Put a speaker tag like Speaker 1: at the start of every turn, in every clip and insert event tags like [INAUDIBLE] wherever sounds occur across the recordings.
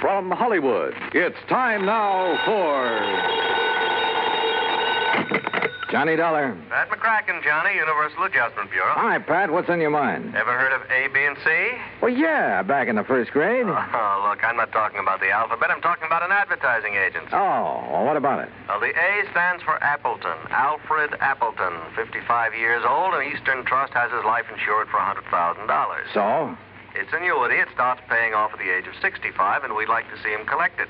Speaker 1: From Hollywood, it's time now for.
Speaker 2: Johnny Dollar.
Speaker 3: Pat McCracken, Johnny, Universal Adjustment Bureau.
Speaker 2: Hi, Pat. What's on your mind?
Speaker 3: Ever heard of A, B, and C?
Speaker 2: Well, yeah, back in the first grade.
Speaker 3: Oh, look, I'm not talking about the alphabet. I'm talking about an advertising agency.
Speaker 2: Oh, well, what about it?
Speaker 3: Uh, the A stands for Appleton, Alfred Appleton, 55 years old, and Eastern Trust has his life insured for $100,000.
Speaker 2: So?
Speaker 3: It's annuity. It starts paying off at the age of 65, and we'd like to see him collect it.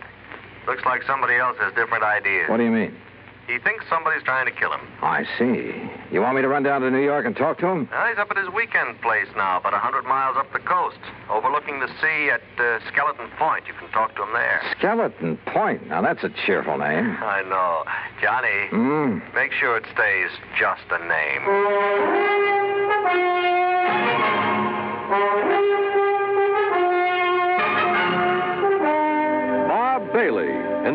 Speaker 3: Looks like somebody else has different ideas.
Speaker 2: What do you mean?
Speaker 3: He thinks somebody's trying to kill him.
Speaker 2: I see. You want me to run down to New York and talk to him?
Speaker 3: Well, he's up at his weekend place now, about a 100 miles up the coast, overlooking the sea at uh, Skeleton Point. You can talk to him there.
Speaker 2: Skeleton Point. Now, that's a cheerful name.
Speaker 3: I know. Johnny,
Speaker 2: Hmm.
Speaker 3: make sure it stays just a name.
Speaker 1: Bob Bailey in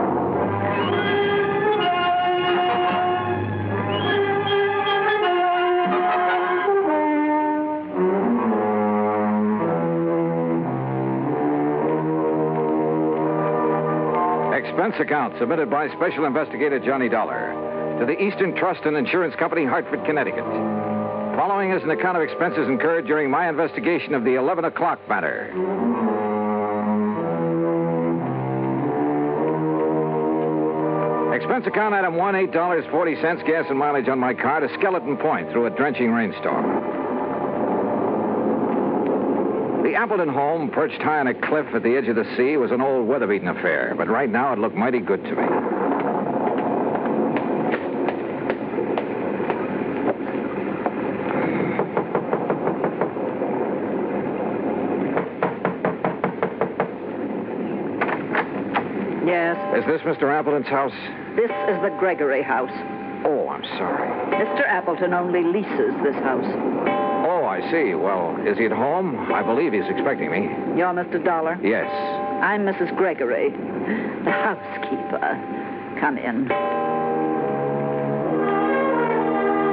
Speaker 2: Expense account submitted by Special Investigator Johnny Dollar to the Eastern Trust and Insurance Company, Hartford, Connecticut. Following is an account of expenses incurred during my investigation of the 11 o'clock matter. Expense account item one, eight dollars forty cents, gas and mileage on my car to Skeleton Point through a drenching rainstorm. The Appleton home, perched high on a cliff at the edge of the sea, was an old weather-beaten affair, but right now it looked mighty good to me.
Speaker 4: Yes,
Speaker 2: Is this Mr. Appleton's house?
Speaker 4: this is the Gregory house.
Speaker 2: Oh, I'm sorry.
Speaker 4: Mr. Appleton only leases this house.
Speaker 2: Oh, I see. Well, is he at home? I believe he's expecting me.
Speaker 4: You're Mr. Dollar.
Speaker 2: Yes.
Speaker 4: I'm Mrs. Gregory, the housekeeper. Come in.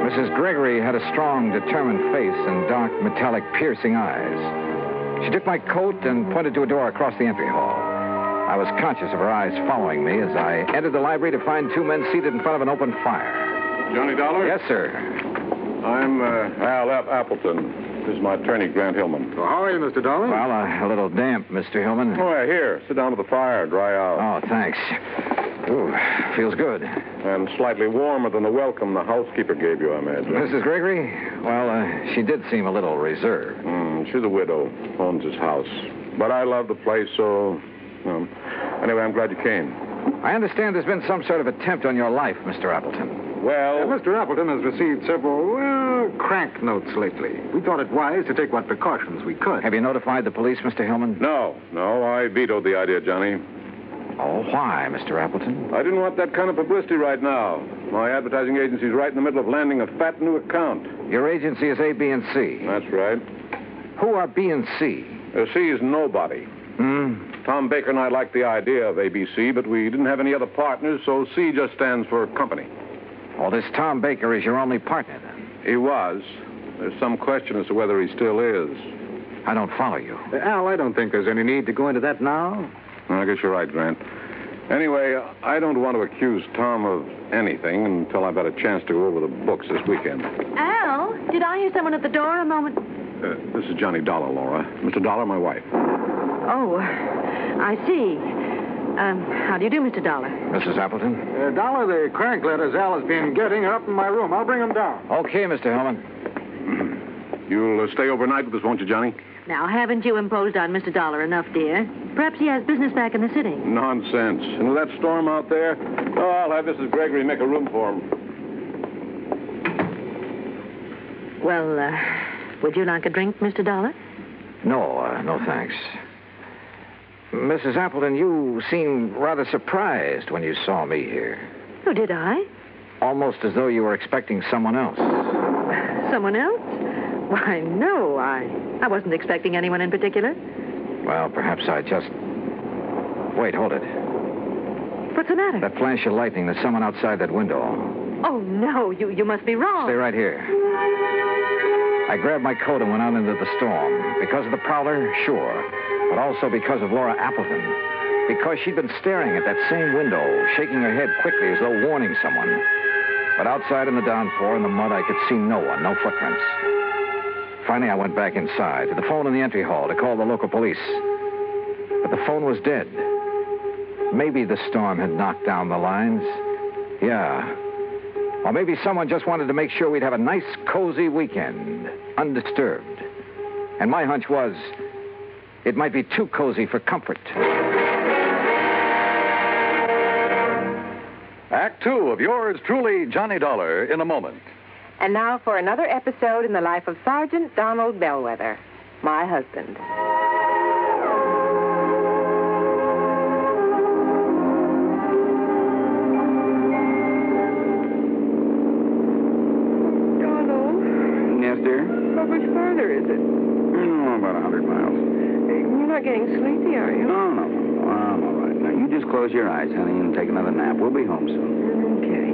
Speaker 2: Mrs. Gregory had a strong, determined face and dark, metallic, piercing eyes. She took my coat and pointed to a door across the entry hall. I was conscious of her eyes following me as I entered the library to find two men seated in front of an open fire.
Speaker 5: Johnny Dollar?
Speaker 2: Yes, sir.
Speaker 5: I'm uh, Al F. Appleton. This is my attorney, Grant Hillman. Oh, how are you, Mr. Dollar?
Speaker 2: Well, uh, a little damp, Mr. Hillman.
Speaker 5: Oh, yeah, here. Sit down to the fire, dry out.
Speaker 2: Oh, thanks. Ooh, feels good.
Speaker 5: And slightly warmer than the welcome the housekeeper gave you, I imagine.
Speaker 1: Mm-hmm.
Speaker 2: Mrs. Gregory? Well, uh, she did seem a little reserved.
Speaker 5: Mm, she's a widow. Owns his house. But I love the place, so. Um, anyway, I'm glad you came.
Speaker 2: I understand there's been some sort of attempt on your life, Mr. Appleton.
Speaker 5: Well,
Speaker 6: Mr. Uh, Appleton has received several, well, crank notes lately. We thought it wise to take what precautions we could.
Speaker 2: Have you notified the police, Mr. Hillman?
Speaker 5: no, no, I vetoed the idea, Johnny.
Speaker 2: Oh, why, Mr. Appleton?
Speaker 5: I didn't want that kind of publicity right now. My advertising agency's right in the middle of landing a fat new account.
Speaker 2: Your agency is A, B, and C.
Speaker 5: That's right.
Speaker 2: Who are B and C?
Speaker 5: Uh, C is nobody.
Speaker 2: Hmm.
Speaker 5: Tom Baker and I liked the idea of ABC, but we didn't have any other partners, so C just stands for company.
Speaker 2: Well, this Tom Baker is your only partner, then.
Speaker 5: He was. There's some question as to whether he still is.
Speaker 2: I don't follow you.
Speaker 6: Uh, Al, I don't think there's any need to go into that now.
Speaker 5: I guess you're right, Grant. Anyway, I don't want to accuse Tom of anything until I've had a chance to go over the books this weekend.
Speaker 7: Al, did I hear someone at the door a moment?
Speaker 5: Uh, this is Johnny Dollar, Laura. Mr. Dollar, my wife.
Speaker 7: Oh, I see. Um, how do you do, Mr. Dollar?
Speaker 2: Mrs. Appleton?
Speaker 6: Uh, Dollar, the crank letters Al has been getting are up in my room. I'll bring them down.
Speaker 2: Okay, Mr. Hillman.
Speaker 5: You'll uh, stay overnight with us, won't you, Johnny?
Speaker 7: Now, haven't you imposed on Mr. Dollar enough, dear? Perhaps he has business back in the city.
Speaker 5: Nonsense. And with that storm out there, oh, I'll have Mrs. Gregory make a room for him.
Speaker 7: Well, uh, would you like a drink, Mr. Dollar?
Speaker 2: No, uh, no thanks. Mrs. Appleton, you seemed rather surprised when you saw me here.
Speaker 7: Oh, did I?
Speaker 2: Almost as though you were expecting someone else.
Speaker 7: Someone else? Why, no, I, I wasn't expecting anyone in particular.
Speaker 2: Well, perhaps I just. Wait, hold it.
Speaker 4: What's the matter?
Speaker 2: That flash of lightning, there's someone outside that window.
Speaker 4: Oh, no, you, you must be wrong.
Speaker 2: Stay right here. I grabbed my coat and went out into the storm. Because of the prowler, sure. But also because of Laura Appleton. Because she'd been staring at that same window, shaking her head quickly as though warning someone. But outside in the downpour and the mud, I could see no one, no footprints. Finally, I went back inside to the phone in the entry hall to call the local police. But the phone was dead. Maybe the storm had knocked down the lines. Yeah. Or maybe someone just wanted to make sure we'd have a nice, cozy weekend, undisturbed. And my hunch was it might be too cozy for comfort.
Speaker 8: Act two of yours truly, Johnny Dollar, in a moment.
Speaker 9: And now for another episode in the life of Sergeant Donald Bellwether, my husband.
Speaker 10: Donald,
Speaker 5: Yes, dear?
Speaker 10: how much farther is it?
Speaker 5: Oh, about a 100 miles.
Speaker 10: Hey, You're not getting sleepy, are you?
Speaker 5: No, no, no, no. I'm all right. Now, you just close your eyes, honey, and take another nap. We'll be home soon.
Speaker 10: Okay.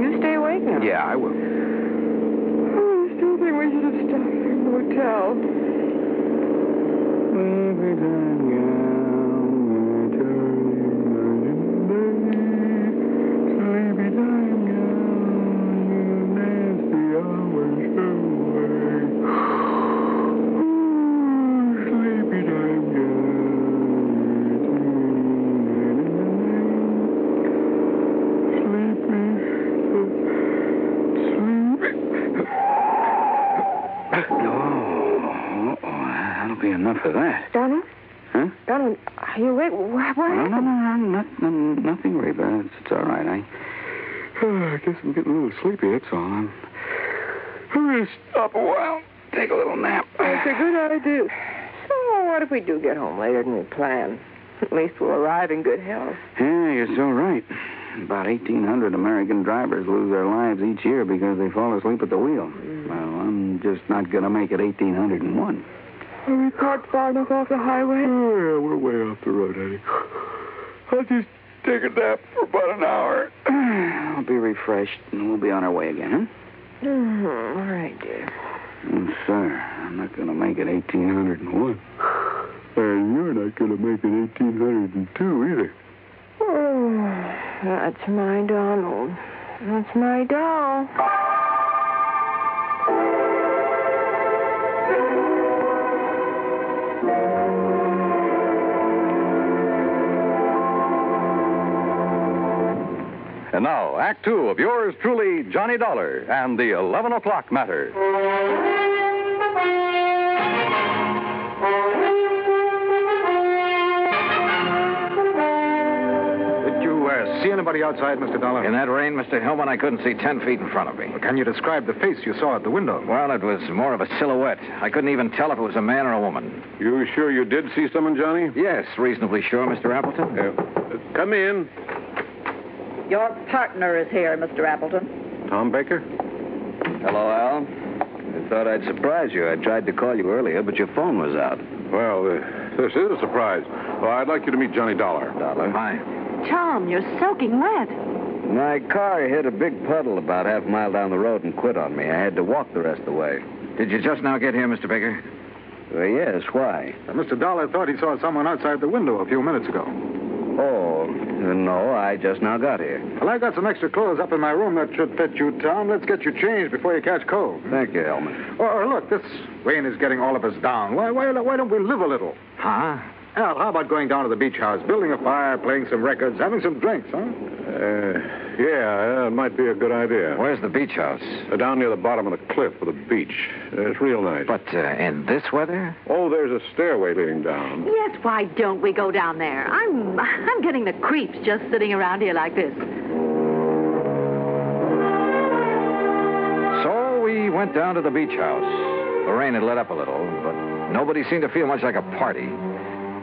Speaker 10: You stay awake now.
Speaker 5: Yeah, I will.
Speaker 10: Oh, I still think we should have stopped at the hotel.
Speaker 5: Oh, that'll be enough of that.
Speaker 10: Donald?
Speaker 5: Huh?
Speaker 10: Donald, are you awake? What? what
Speaker 5: No, no,
Speaker 10: happened?
Speaker 5: no, no, not, no nothing, Reba. It's, it's all right. I, I guess I'm getting a little sleepy. That's all. I'm, I'm going to stop a while, take a little nap.
Speaker 10: That's a good idea. So, what if we do get home later than we planned? At least we'll arrive in good health.
Speaker 5: Yeah, you're so right. About 1,800 American drivers lose their lives each year because they fall asleep at the wheel. Well, I'm just not going to make it 1,801.
Speaker 10: Are we parked far enough off the highway?
Speaker 5: yeah, we're way off the road, honey. I'll just take a nap for about an hour. [SIGHS] I'll be refreshed, and we'll be on our way again, huh?
Speaker 10: Mm-hmm. All right, dear.
Speaker 5: Mm, sir, I'm not going to make it 1801. And you're not going to make it 1802 either.
Speaker 10: Oh, that's my Donald. That's my doll.
Speaker 8: And now, Act two of yours truly, Johnny Dollar, and the 11 o'clock matter.
Speaker 5: Did you uh, see anybody outside, Mr. Dollar?
Speaker 2: In that rain, Mr. Hillman, I couldn't see 10 feet in front of me.
Speaker 5: Can you describe the face you saw at the window?
Speaker 2: Well, it was more of a silhouette. I couldn't even tell if it was a man or a woman.
Speaker 11: You sure you did see someone, Johnny?
Speaker 2: Yes, reasonably sure, Mr. Appleton.
Speaker 11: Yeah. Uh, come in.
Speaker 12: Your partner is here, Mr. Appleton.
Speaker 11: Tom Baker?
Speaker 2: Hello, Al. I thought I'd surprise you. I tried to call you earlier, but your phone was out.
Speaker 11: Well, uh, this is a surprise. Well, I'd like you to meet Johnny Dollar.
Speaker 2: Dollar. Hi.
Speaker 4: Tom, you're soaking wet.
Speaker 2: My car hit a big puddle about half a mile down the road and quit on me. I had to walk the rest of the way. Did you just now get here, Mr. Baker? Well, yes. Why?
Speaker 5: Mr. Dollar thought he saw someone outside the window a few minutes ago.
Speaker 2: Oh, no, I just now got here.
Speaker 5: Well, I got some extra clothes up in my room that should fit you, Tom. Let's get you changed before you catch cold.
Speaker 2: Thank you, Hellman.
Speaker 5: Or, or look, this rain is getting all of us down. Why, why, why don't we live a little?
Speaker 2: Huh?
Speaker 5: Al, how about going down to the beach house, building a fire, playing some records, having some drinks, huh?
Speaker 11: Uh, yeah, it might be a good idea.
Speaker 2: Where's the beach house?
Speaker 11: Uh, down near the bottom of the cliff with a beach. Uh, it's real nice.
Speaker 2: But uh, in this weather?
Speaker 11: Oh, there's a stairway leading down.
Speaker 4: Yes, why don't we go down there? I'm I'm getting the creeps just sitting around here like this.
Speaker 2: So we went down to the beach house. The rain had let up a little, but nobody seemed to feel much like a party.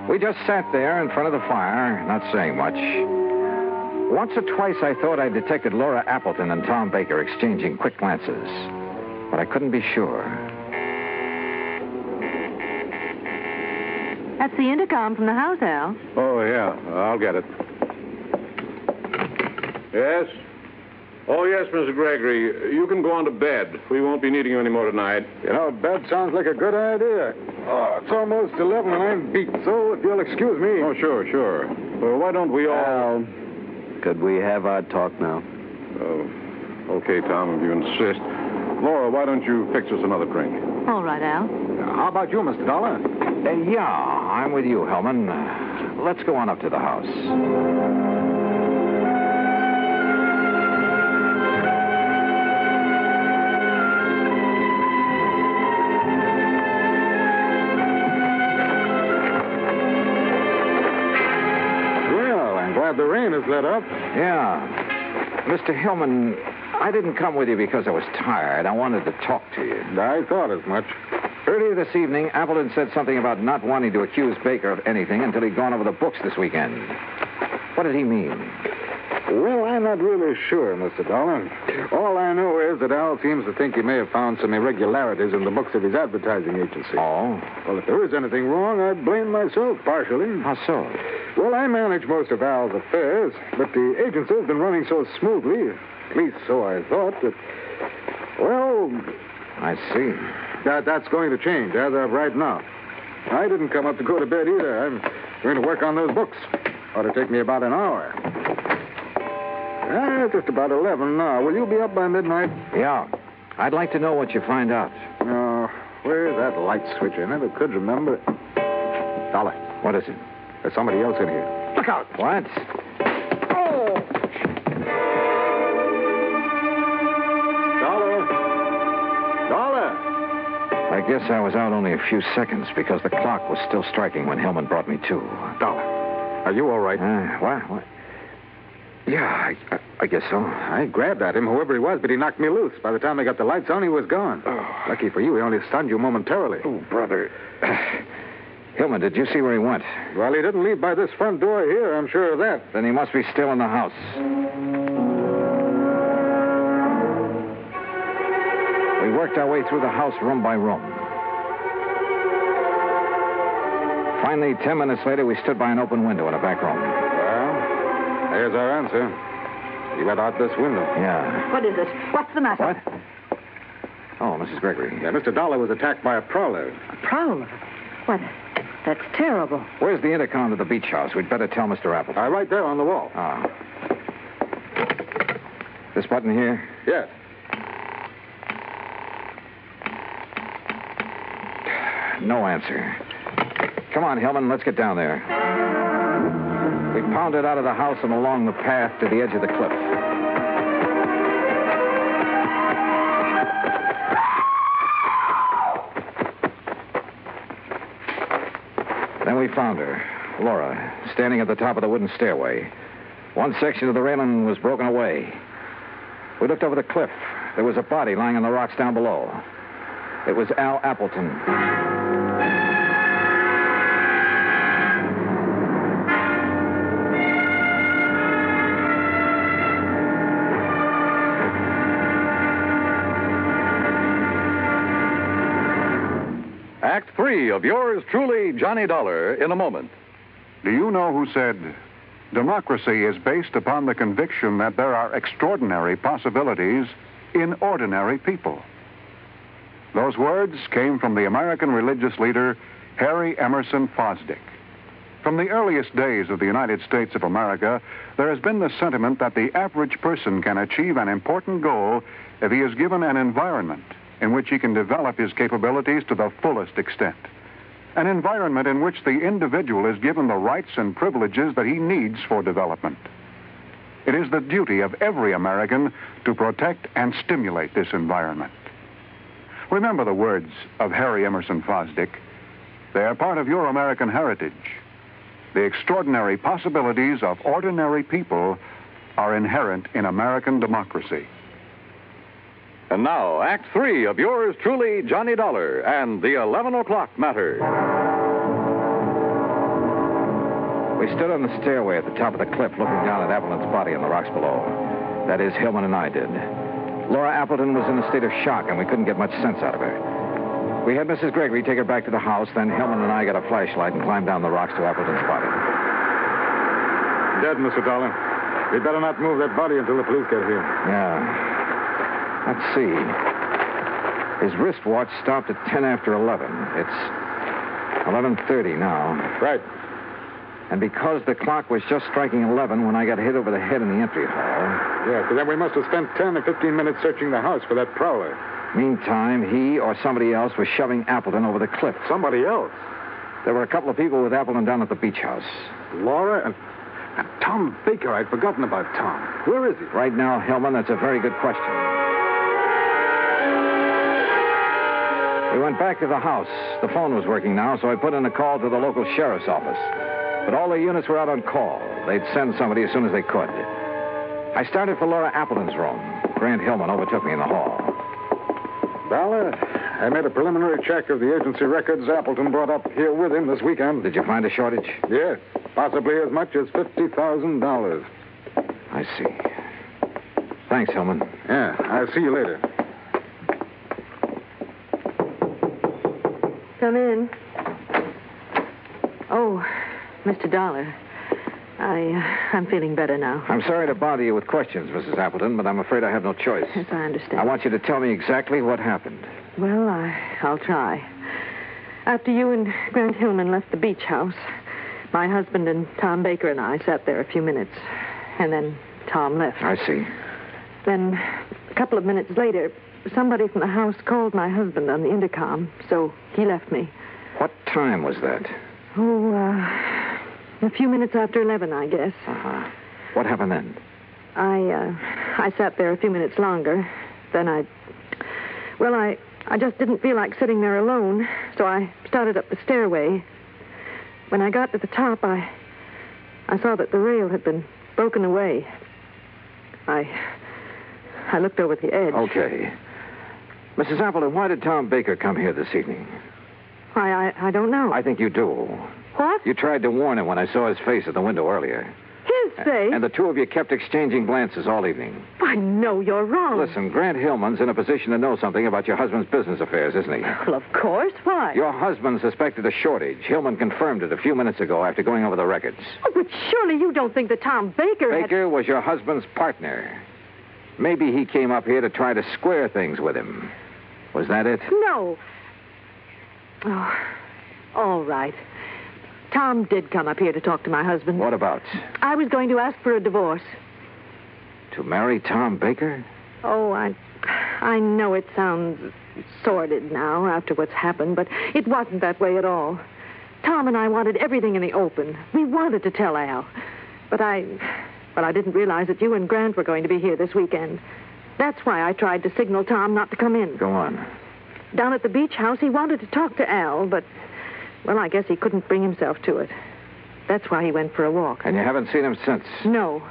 Speaker 2: We just sat there in front of the fire, not saying much. Once or twice I thought I detected Laura Appleton and Tom Baker exchanging quick glances, but I couldn't be sure.
Speaker 7: That's the intercom from the house, Al.
Speaker 5: Oh, yeah. I'll get it. Yes? Oh, yes, Mr. Gregory. You can go on to bed. We won't be needing you anymore tonight.
Speaker 13: You know, bed sounds like a good idea. Oh, it's almost 11 and I'm beat, so if you'll excuse me.
Speaker 5: Oh, sure, sure. Well, why don't we all.
Speaker 6: could we have our talk now?
Speaker 5: Oh, okay, Tom, if you insist. Laura, why don't you fix us another drink?
Speaker 7: All right, Al.
Speaker 2: How about you, Mr. Dollar? Uh, yeah, I'm with you, Hellman. Uh, Let's go on up to the house.
Speaker 13: Well, I'm glad the rain has let up.
Speaker 2: Yeah. Mr. Hillman, I didn't come with you because I was tired. I wanted to talk to you.
Speaker 13: I thought as much.
Speaker 2: Earlier this evening, Appleton said something about not wanting to accuse Baker of anything until he'd gone over the books this weekend. What did he mean?
Speaker 13: Well, I'm not really sure, Mr. Dolan. All I know is that Al seems to think he may have found some irregularities in the books of his advertising agency.
Speaker 2: Oh?
Speaker 13: Well, if there is anything wrong, I blame myself partially.
Speaker 2: How so?
Speaker 13: Well, I manage most of Al's affairs, but the agency has been running so smoothly, at least so I thought, that, well,
Speaker 2: I see.
Speaker 13: that, that's going to change as of right now. I didn't come up to go to bed either. I'm going to work on those books. Ought to take me about an hour. Ah, it's just about 11 now. Will you be up by midnight?
Speaker 2: Yeah. I'd like to know what you find out.
Speaker 13: No. Where's that light switch? I never could remember. it. Dollar,
Speaker 2: What is it?
Speaker 13: there's somebody else in here.
Speaker 2: Look out! What?
Speaker 13: Dollar! Dollar!
Speaker 2: I guess I was out only a few seconds because the clock was still striking when Hillman brought me to.
Speaker 13: Dollar, are you all right?
Speaker 2: Uh, what? what? Yeah, I, I, I guess so.
Speaker 13: I grabbed at him, whoever he was, but he knocked me loose. By the time I got the lights on, he was gone. Lucky for you, he only stunned you momentarily.
Speaker 2: Oh, [SIGHS] brother. Hillman, did you see where he went?
Speaker 13: Well, he didn't leave by this front door here, I'm sure of that.
Speaker 2: Then he must be still in the house. We worked our way through the house room by room. Finally, ten minutes later, we stood by an open window in a back room.
Speaker 13: Well, there's our answer. He went out this window.
Speaker 2: Yeah.
Speaker 14: What is it? What's the matter?
Speaker 2: What? Oh, Mrs. Gregory.
Speaker 13: Yeah, Mr. Dollar was attacked by a prowler.
Speaker 14: Prowler. What? That's terrible.
Speaker 2: Where's the intercom to the beach house? We'd better tell Mr. Apple.
Speaker 13: Uh, right there on the wall.
Speaker 2: Ah. This button here?
Speaker 13: Yes.
Speaker 2: No answer. Come on, Hellman, let's get down there. We pounded out of the house and along the path to the edge of the cliff. Then we found her, Laura, standing at the top of the wooden stairway. One section of the railing was broken away. We looked over the cliff. There was a body lying on the rocks down below. It was Al Appleton.
Speaker 1: Act three of yours truly, Johnny Dollar, in a moment.
Speaker 5: Do you know who said, Democracy is based upon the conviction that there are extraordinary possibilities in ordinary people? Those words came from the American religious leader Harry Emerson Fosdick. From the earliest days of the United States of America, there has been the sentiment that the average person can achieve an important goal if he is given an environment in which he can develop his capabilities to the fullest extent an environment in which the individual is given the rights and privileges that he needs for development. It is the duty of every American to protect and stimulate this environment. Remember the words of Harry Emerson Fosdick. They are part of your American heritage. The extraordinary possibilities of ordinary people are inherent in American democracy.
Speaker 1: And now, Act three of yours truly, Johnny Dollar, and the 11 o'clock matter.
Speaker 2: We stood on the stairway at the top of the cliff looking down at Appleton's body on the rocks below. That is, Hillman and I did. Laura Appleton was in a state of shock, and we couldn't get much sense out of her. We had Mrs. Gregory take her back to the house, then Hillman and I got a flashlight and climbed down the rocks to Appleton's body.
Speaker 13: Dead, Mr. Dollar. We'd better not move that body until the police get here.
Speaker 2: Yeah. Let's see. His wristwatch stopped at 10 after 11. It's 11.30 now.
Speaker 13: Right.
Speaker 2: And because the clock was just striking 11 when I got hit over the head in the entry hall,
Speaker 13: Yes, but then we must have spent 10 or 15 minutes searching the house for that prowler.
Speaker 2: meantime, he or somebody else was shoving Appleton over the cliff.
Speaker 13: Somebody else?
Speaker 2: There were a couple of people with Appleton down at the beach house.
Speaker 13: Laura and, and Tom Baker. I'd forgotten about Tom. Where is he?
Speaker 2: Right now, Hellman, that's a very good question. We went back to the house. The phone was working now, so I put in a call to the local sheriff's office. But all the units were out on call. They'd send somebody as soon as they could. I started for Laura Appleton's room. Grant Hillman overtook me in the hall.
Speaker 13: Dollar, I made a preliminary check of the agency records Appleton brought up here with him this weekend.
Speaker 2: Did you find a shortage?
Speaker 13: Yes, possibly as much as $50,000.
Speaker 2: I see. Thanks, Hillman.
Speaker 13: Yeah, I'll see you later.
Speaker 7: Come in. Oh, Mr. Dollar. I, uh, I'm feeling better now.
Speaker 2: I'm sorry to bother you with questions, Mrs. Appleton, but I'm afraid I have no choice.
Speaker 7: Yes, I understand.
Speaker 2: I want you to tell me exactly what happened.
Speaker 7: Well, I, I'll try. After you and Grant Hillman left the beach house, my husband and Tom Baker and I sat there a few minutes, and then Tom left.
Speaker 2: I see.
Speaker 7: Then, a couple of minutes later, somebody from the house called my husband on the intercom, so he left me.
Speaker 2: What time was that?
Speaker 7: Oh, uh, a few minutes after 11, I guess.
Speaker 2: Uh-huh. What happened then?
Speaker 7: I, uh, I sat there a few minutes longer. Then I, well, I, I just didn't feel like sitting there alone, so I started up the stairway. When I got to the top, I, I saw that the rail had been broken away. I, I looked over the edge.
Speaker 2: Okay. Mrs. Appleton, why did Tom Baker come here this evening?
Speaker 7: I, I, I don't know.
Speaker 2: I think you do.
Speaker 7: What?
Speaker 2: You tried to warn him when I saw his face at the window earlier.
Speaker 7: His face?
Speaker 2: And the two of you kept exchanging glances all evening.
Speaker 7: I know you're wrong.
Speaker 2: Listen, Grant Hillman's in a position to know something about your husband's business affairs, isn't he?
Speaker 7: [LAUGHS] Well, of course. Why?
Speaker 2: Your husband suspected a shortage. Hillman confirmed it a few minutes ago after going over the records.
Speaker 7: Oh, but surely you don't think that Tom Baker had-
Speaker 2: Baker was your husband's partner. Maybe he came up here to try to square things with him. Was that it?
Speaker 7: No. Oh, all right. Tom did come up here to talk to my husband.
Speaker 2: What about?
Speaker 7: I was going to ask for a divorce.
Speaker 2: To marry Tom Baker?
Speaker 7: Oh, I, I know it sounds sordid now after what's happened, but it wasn't that way at all. Tom and I wanted everything in the open. We wanted to tell Al, but I, well, I didn't realize that you and Grant were going to be here this weekend. That's why I tried to signal Tom not to come in.
Speaker 2: Go on.
Speaker 7: Down at the beach house, he wanted to talk to Al, but, well, I guess he couldn't bring himself to it. That's why he went for a walk.
Speaker 2: And you haven't seen him since?
Speaker 7: No.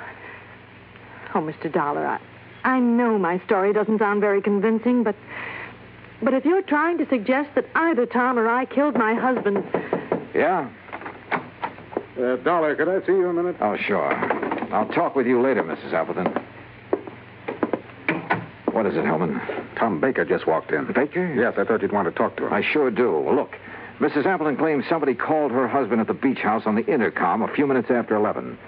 Speaker 7: Oh, Mr. Dollar, I, I know my story doesn't sound very convincing, but but if you're trying to suggest that either Tom or I killed my husband,
Speaker 2: Yeah?
Speaker 13: Uh, Dollar, could I see you a minute?
Speaker 2: Oh, sure. I'll talk with you later, Mrs. Appleton. What is it, Hellman?
Speaker 13: Tom Baker just walked in.
Speaker 2: Baker?
Speaker 13: Yes, I thought you'd want to talk to him.
Speaker 2: I sure do. Look, Mrs. Appleton claims somebody called her husband at the beach house on the intercom a few minutes after 11.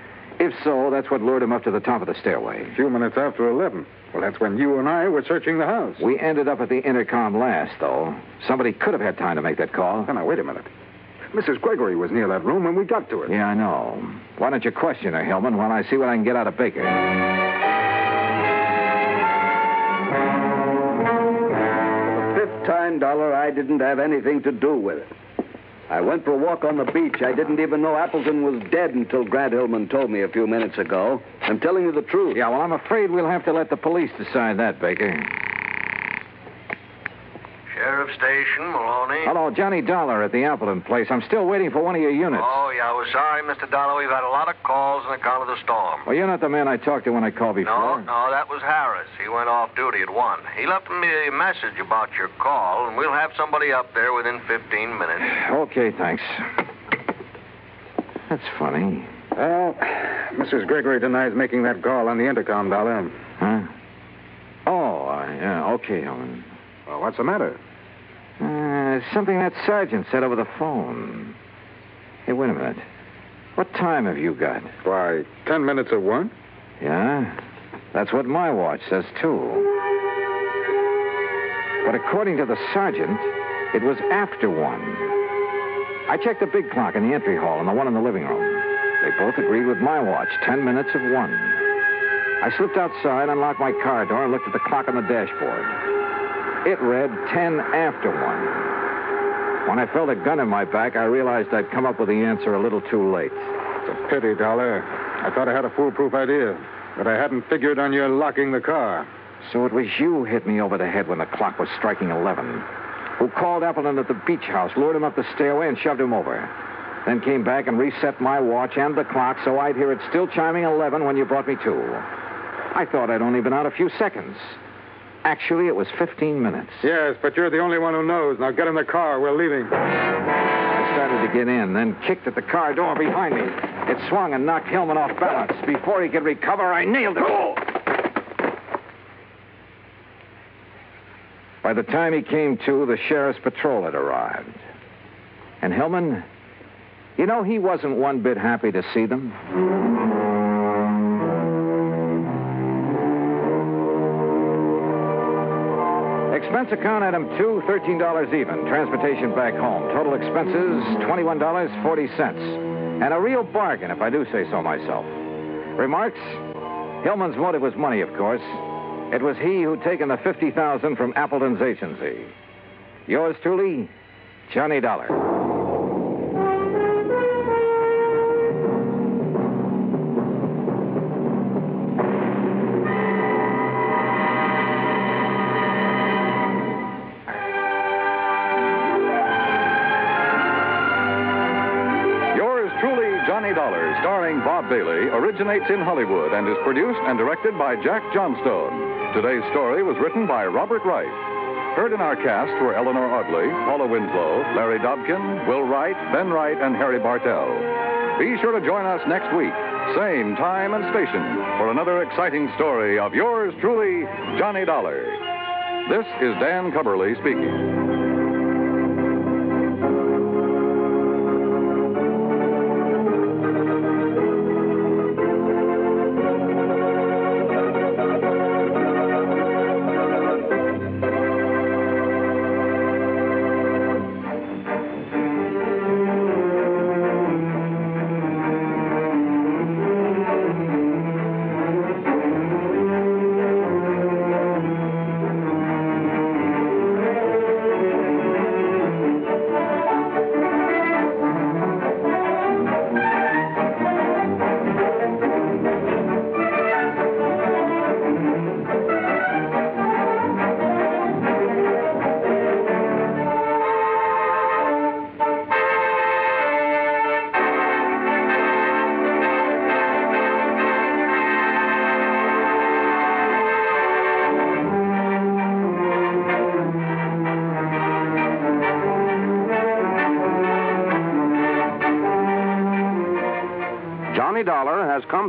Speaker 2: If so, that's what lured him up to the top of the stairway.
Speaker 13: A few minutes after 11. Well, that's when you and I were searching the house.
Speaker 2: We ended up at the intercom last, though. Somebody could have had time to make that call.
Speaker 13: Now, now, wait a minute. Mrs. Gregory was near that room when we got to it.
Speaker 2: Yeah, I know. Why don't you question her, Hillman, while I see what I can get out of Baker?
Speaker 15: Fifth time, Dollar, I didn't have anything to do with it. I went for a walk on the beach. I didn't even know Appleton was dead until Grant Hillman told me a few minutes ago. I'm telling you the truth.
Speaker 2: Yeah, well, I'm afraid we'll have to let the police decide that, Baker.
Speaker 3: Sheriff Station, Maloney.
Speaker 2: Hello, Johnny Dollar at the Appleton place. I'm still waiting for one of your units.
Speaker 3: Oh, yeah, we're sorry, Mr. Dollar. We've had a lot of calls on account of the storm.
Speaker 2: Well, you're not the man I talked to when I called
Speaker 3: No,
Speaker 2: before.
Speaker 3: no, that was Harris. He went off duty at 1. He left me a message about your call, and we'll have somebody up there within 15 minutes.
Speaker 2: Okay, thanks. That's funny.
Speaker 13: Well, Mrs. Gregory denies making that call on the intercom, Dollar.
Speaker 2: Huh? Oh, uh, yeah, okay, Helen.
Speaker 13: Well, what's the matter?
Speaker 2: Uh, Uh, something that sergeant said over the phone. Hey, wait a minute. What time have you got?
Speaker 13: Why, ten minutes of one?
Speaker 2: Yeah? That's what my watch says, too. But according to the sergeant, it was after one. I checked the big clock in the entry hall and the one in the living room. They both agreed with my watch, ten minutes of one. I slipped outside, unlocked my car door, and looked at the clock on the dashboard. It read ten after one. When I felt a gun in my back, I realized I'd come up with the answer a little too late.
Speaker 13: It's a pity, Dollar. I thought I had a foolproof idea, but I hadn't figured on your locking the car.
Speaker 2: So it was you who hit me over the head when the clock was striking 11. Who called Appleton at the beach house, lured him up the stairway, and shoved him over. Then came back and reset my watch and the clock so I'd hear it still chiming 11 when you brought me to. I thought I'd only been out a few seconds. Actually, it was 15 minutes.
Speaker 13: Yes, but you're the only one who knows. Now get in the car. We're leaving.
Speaker 2: I started to get in, then kicked at the car door behind me. It swung and knocked Hillman off balance. Before he could recover, I nailed him. By the time he came to, the sheriff's patrol had arrived. And Hillman, you know, he wasn't one bit happy to see them. Expense account item two, $13 even. Transportation back home. Total expenses, $21.40. And a real bargain, if I do say so myself. Remarks? Hillman's motive was money, of course. It was he who'd taken the 50000 from Appleton's agency. Yours truly, Johnny Dollar.
Speaker 1: Yours truly, Johnny Dollar, starring Bob Bailey, originates in Hollywood and is produced and directed by Jack Johnstone. Today's story was written by Robert Wright. Heard in our cast were Eleanor Audley, Paula Winslow, Larry Dobkin, Will Wright, Ben Wright, and Harry Bartell. Be sure to join us next week, same time and station, for another exciting story of yours truly, Johnny Dollar. This is Dan Cumberly speaking.
Speaker 16: Johnny Dollar has come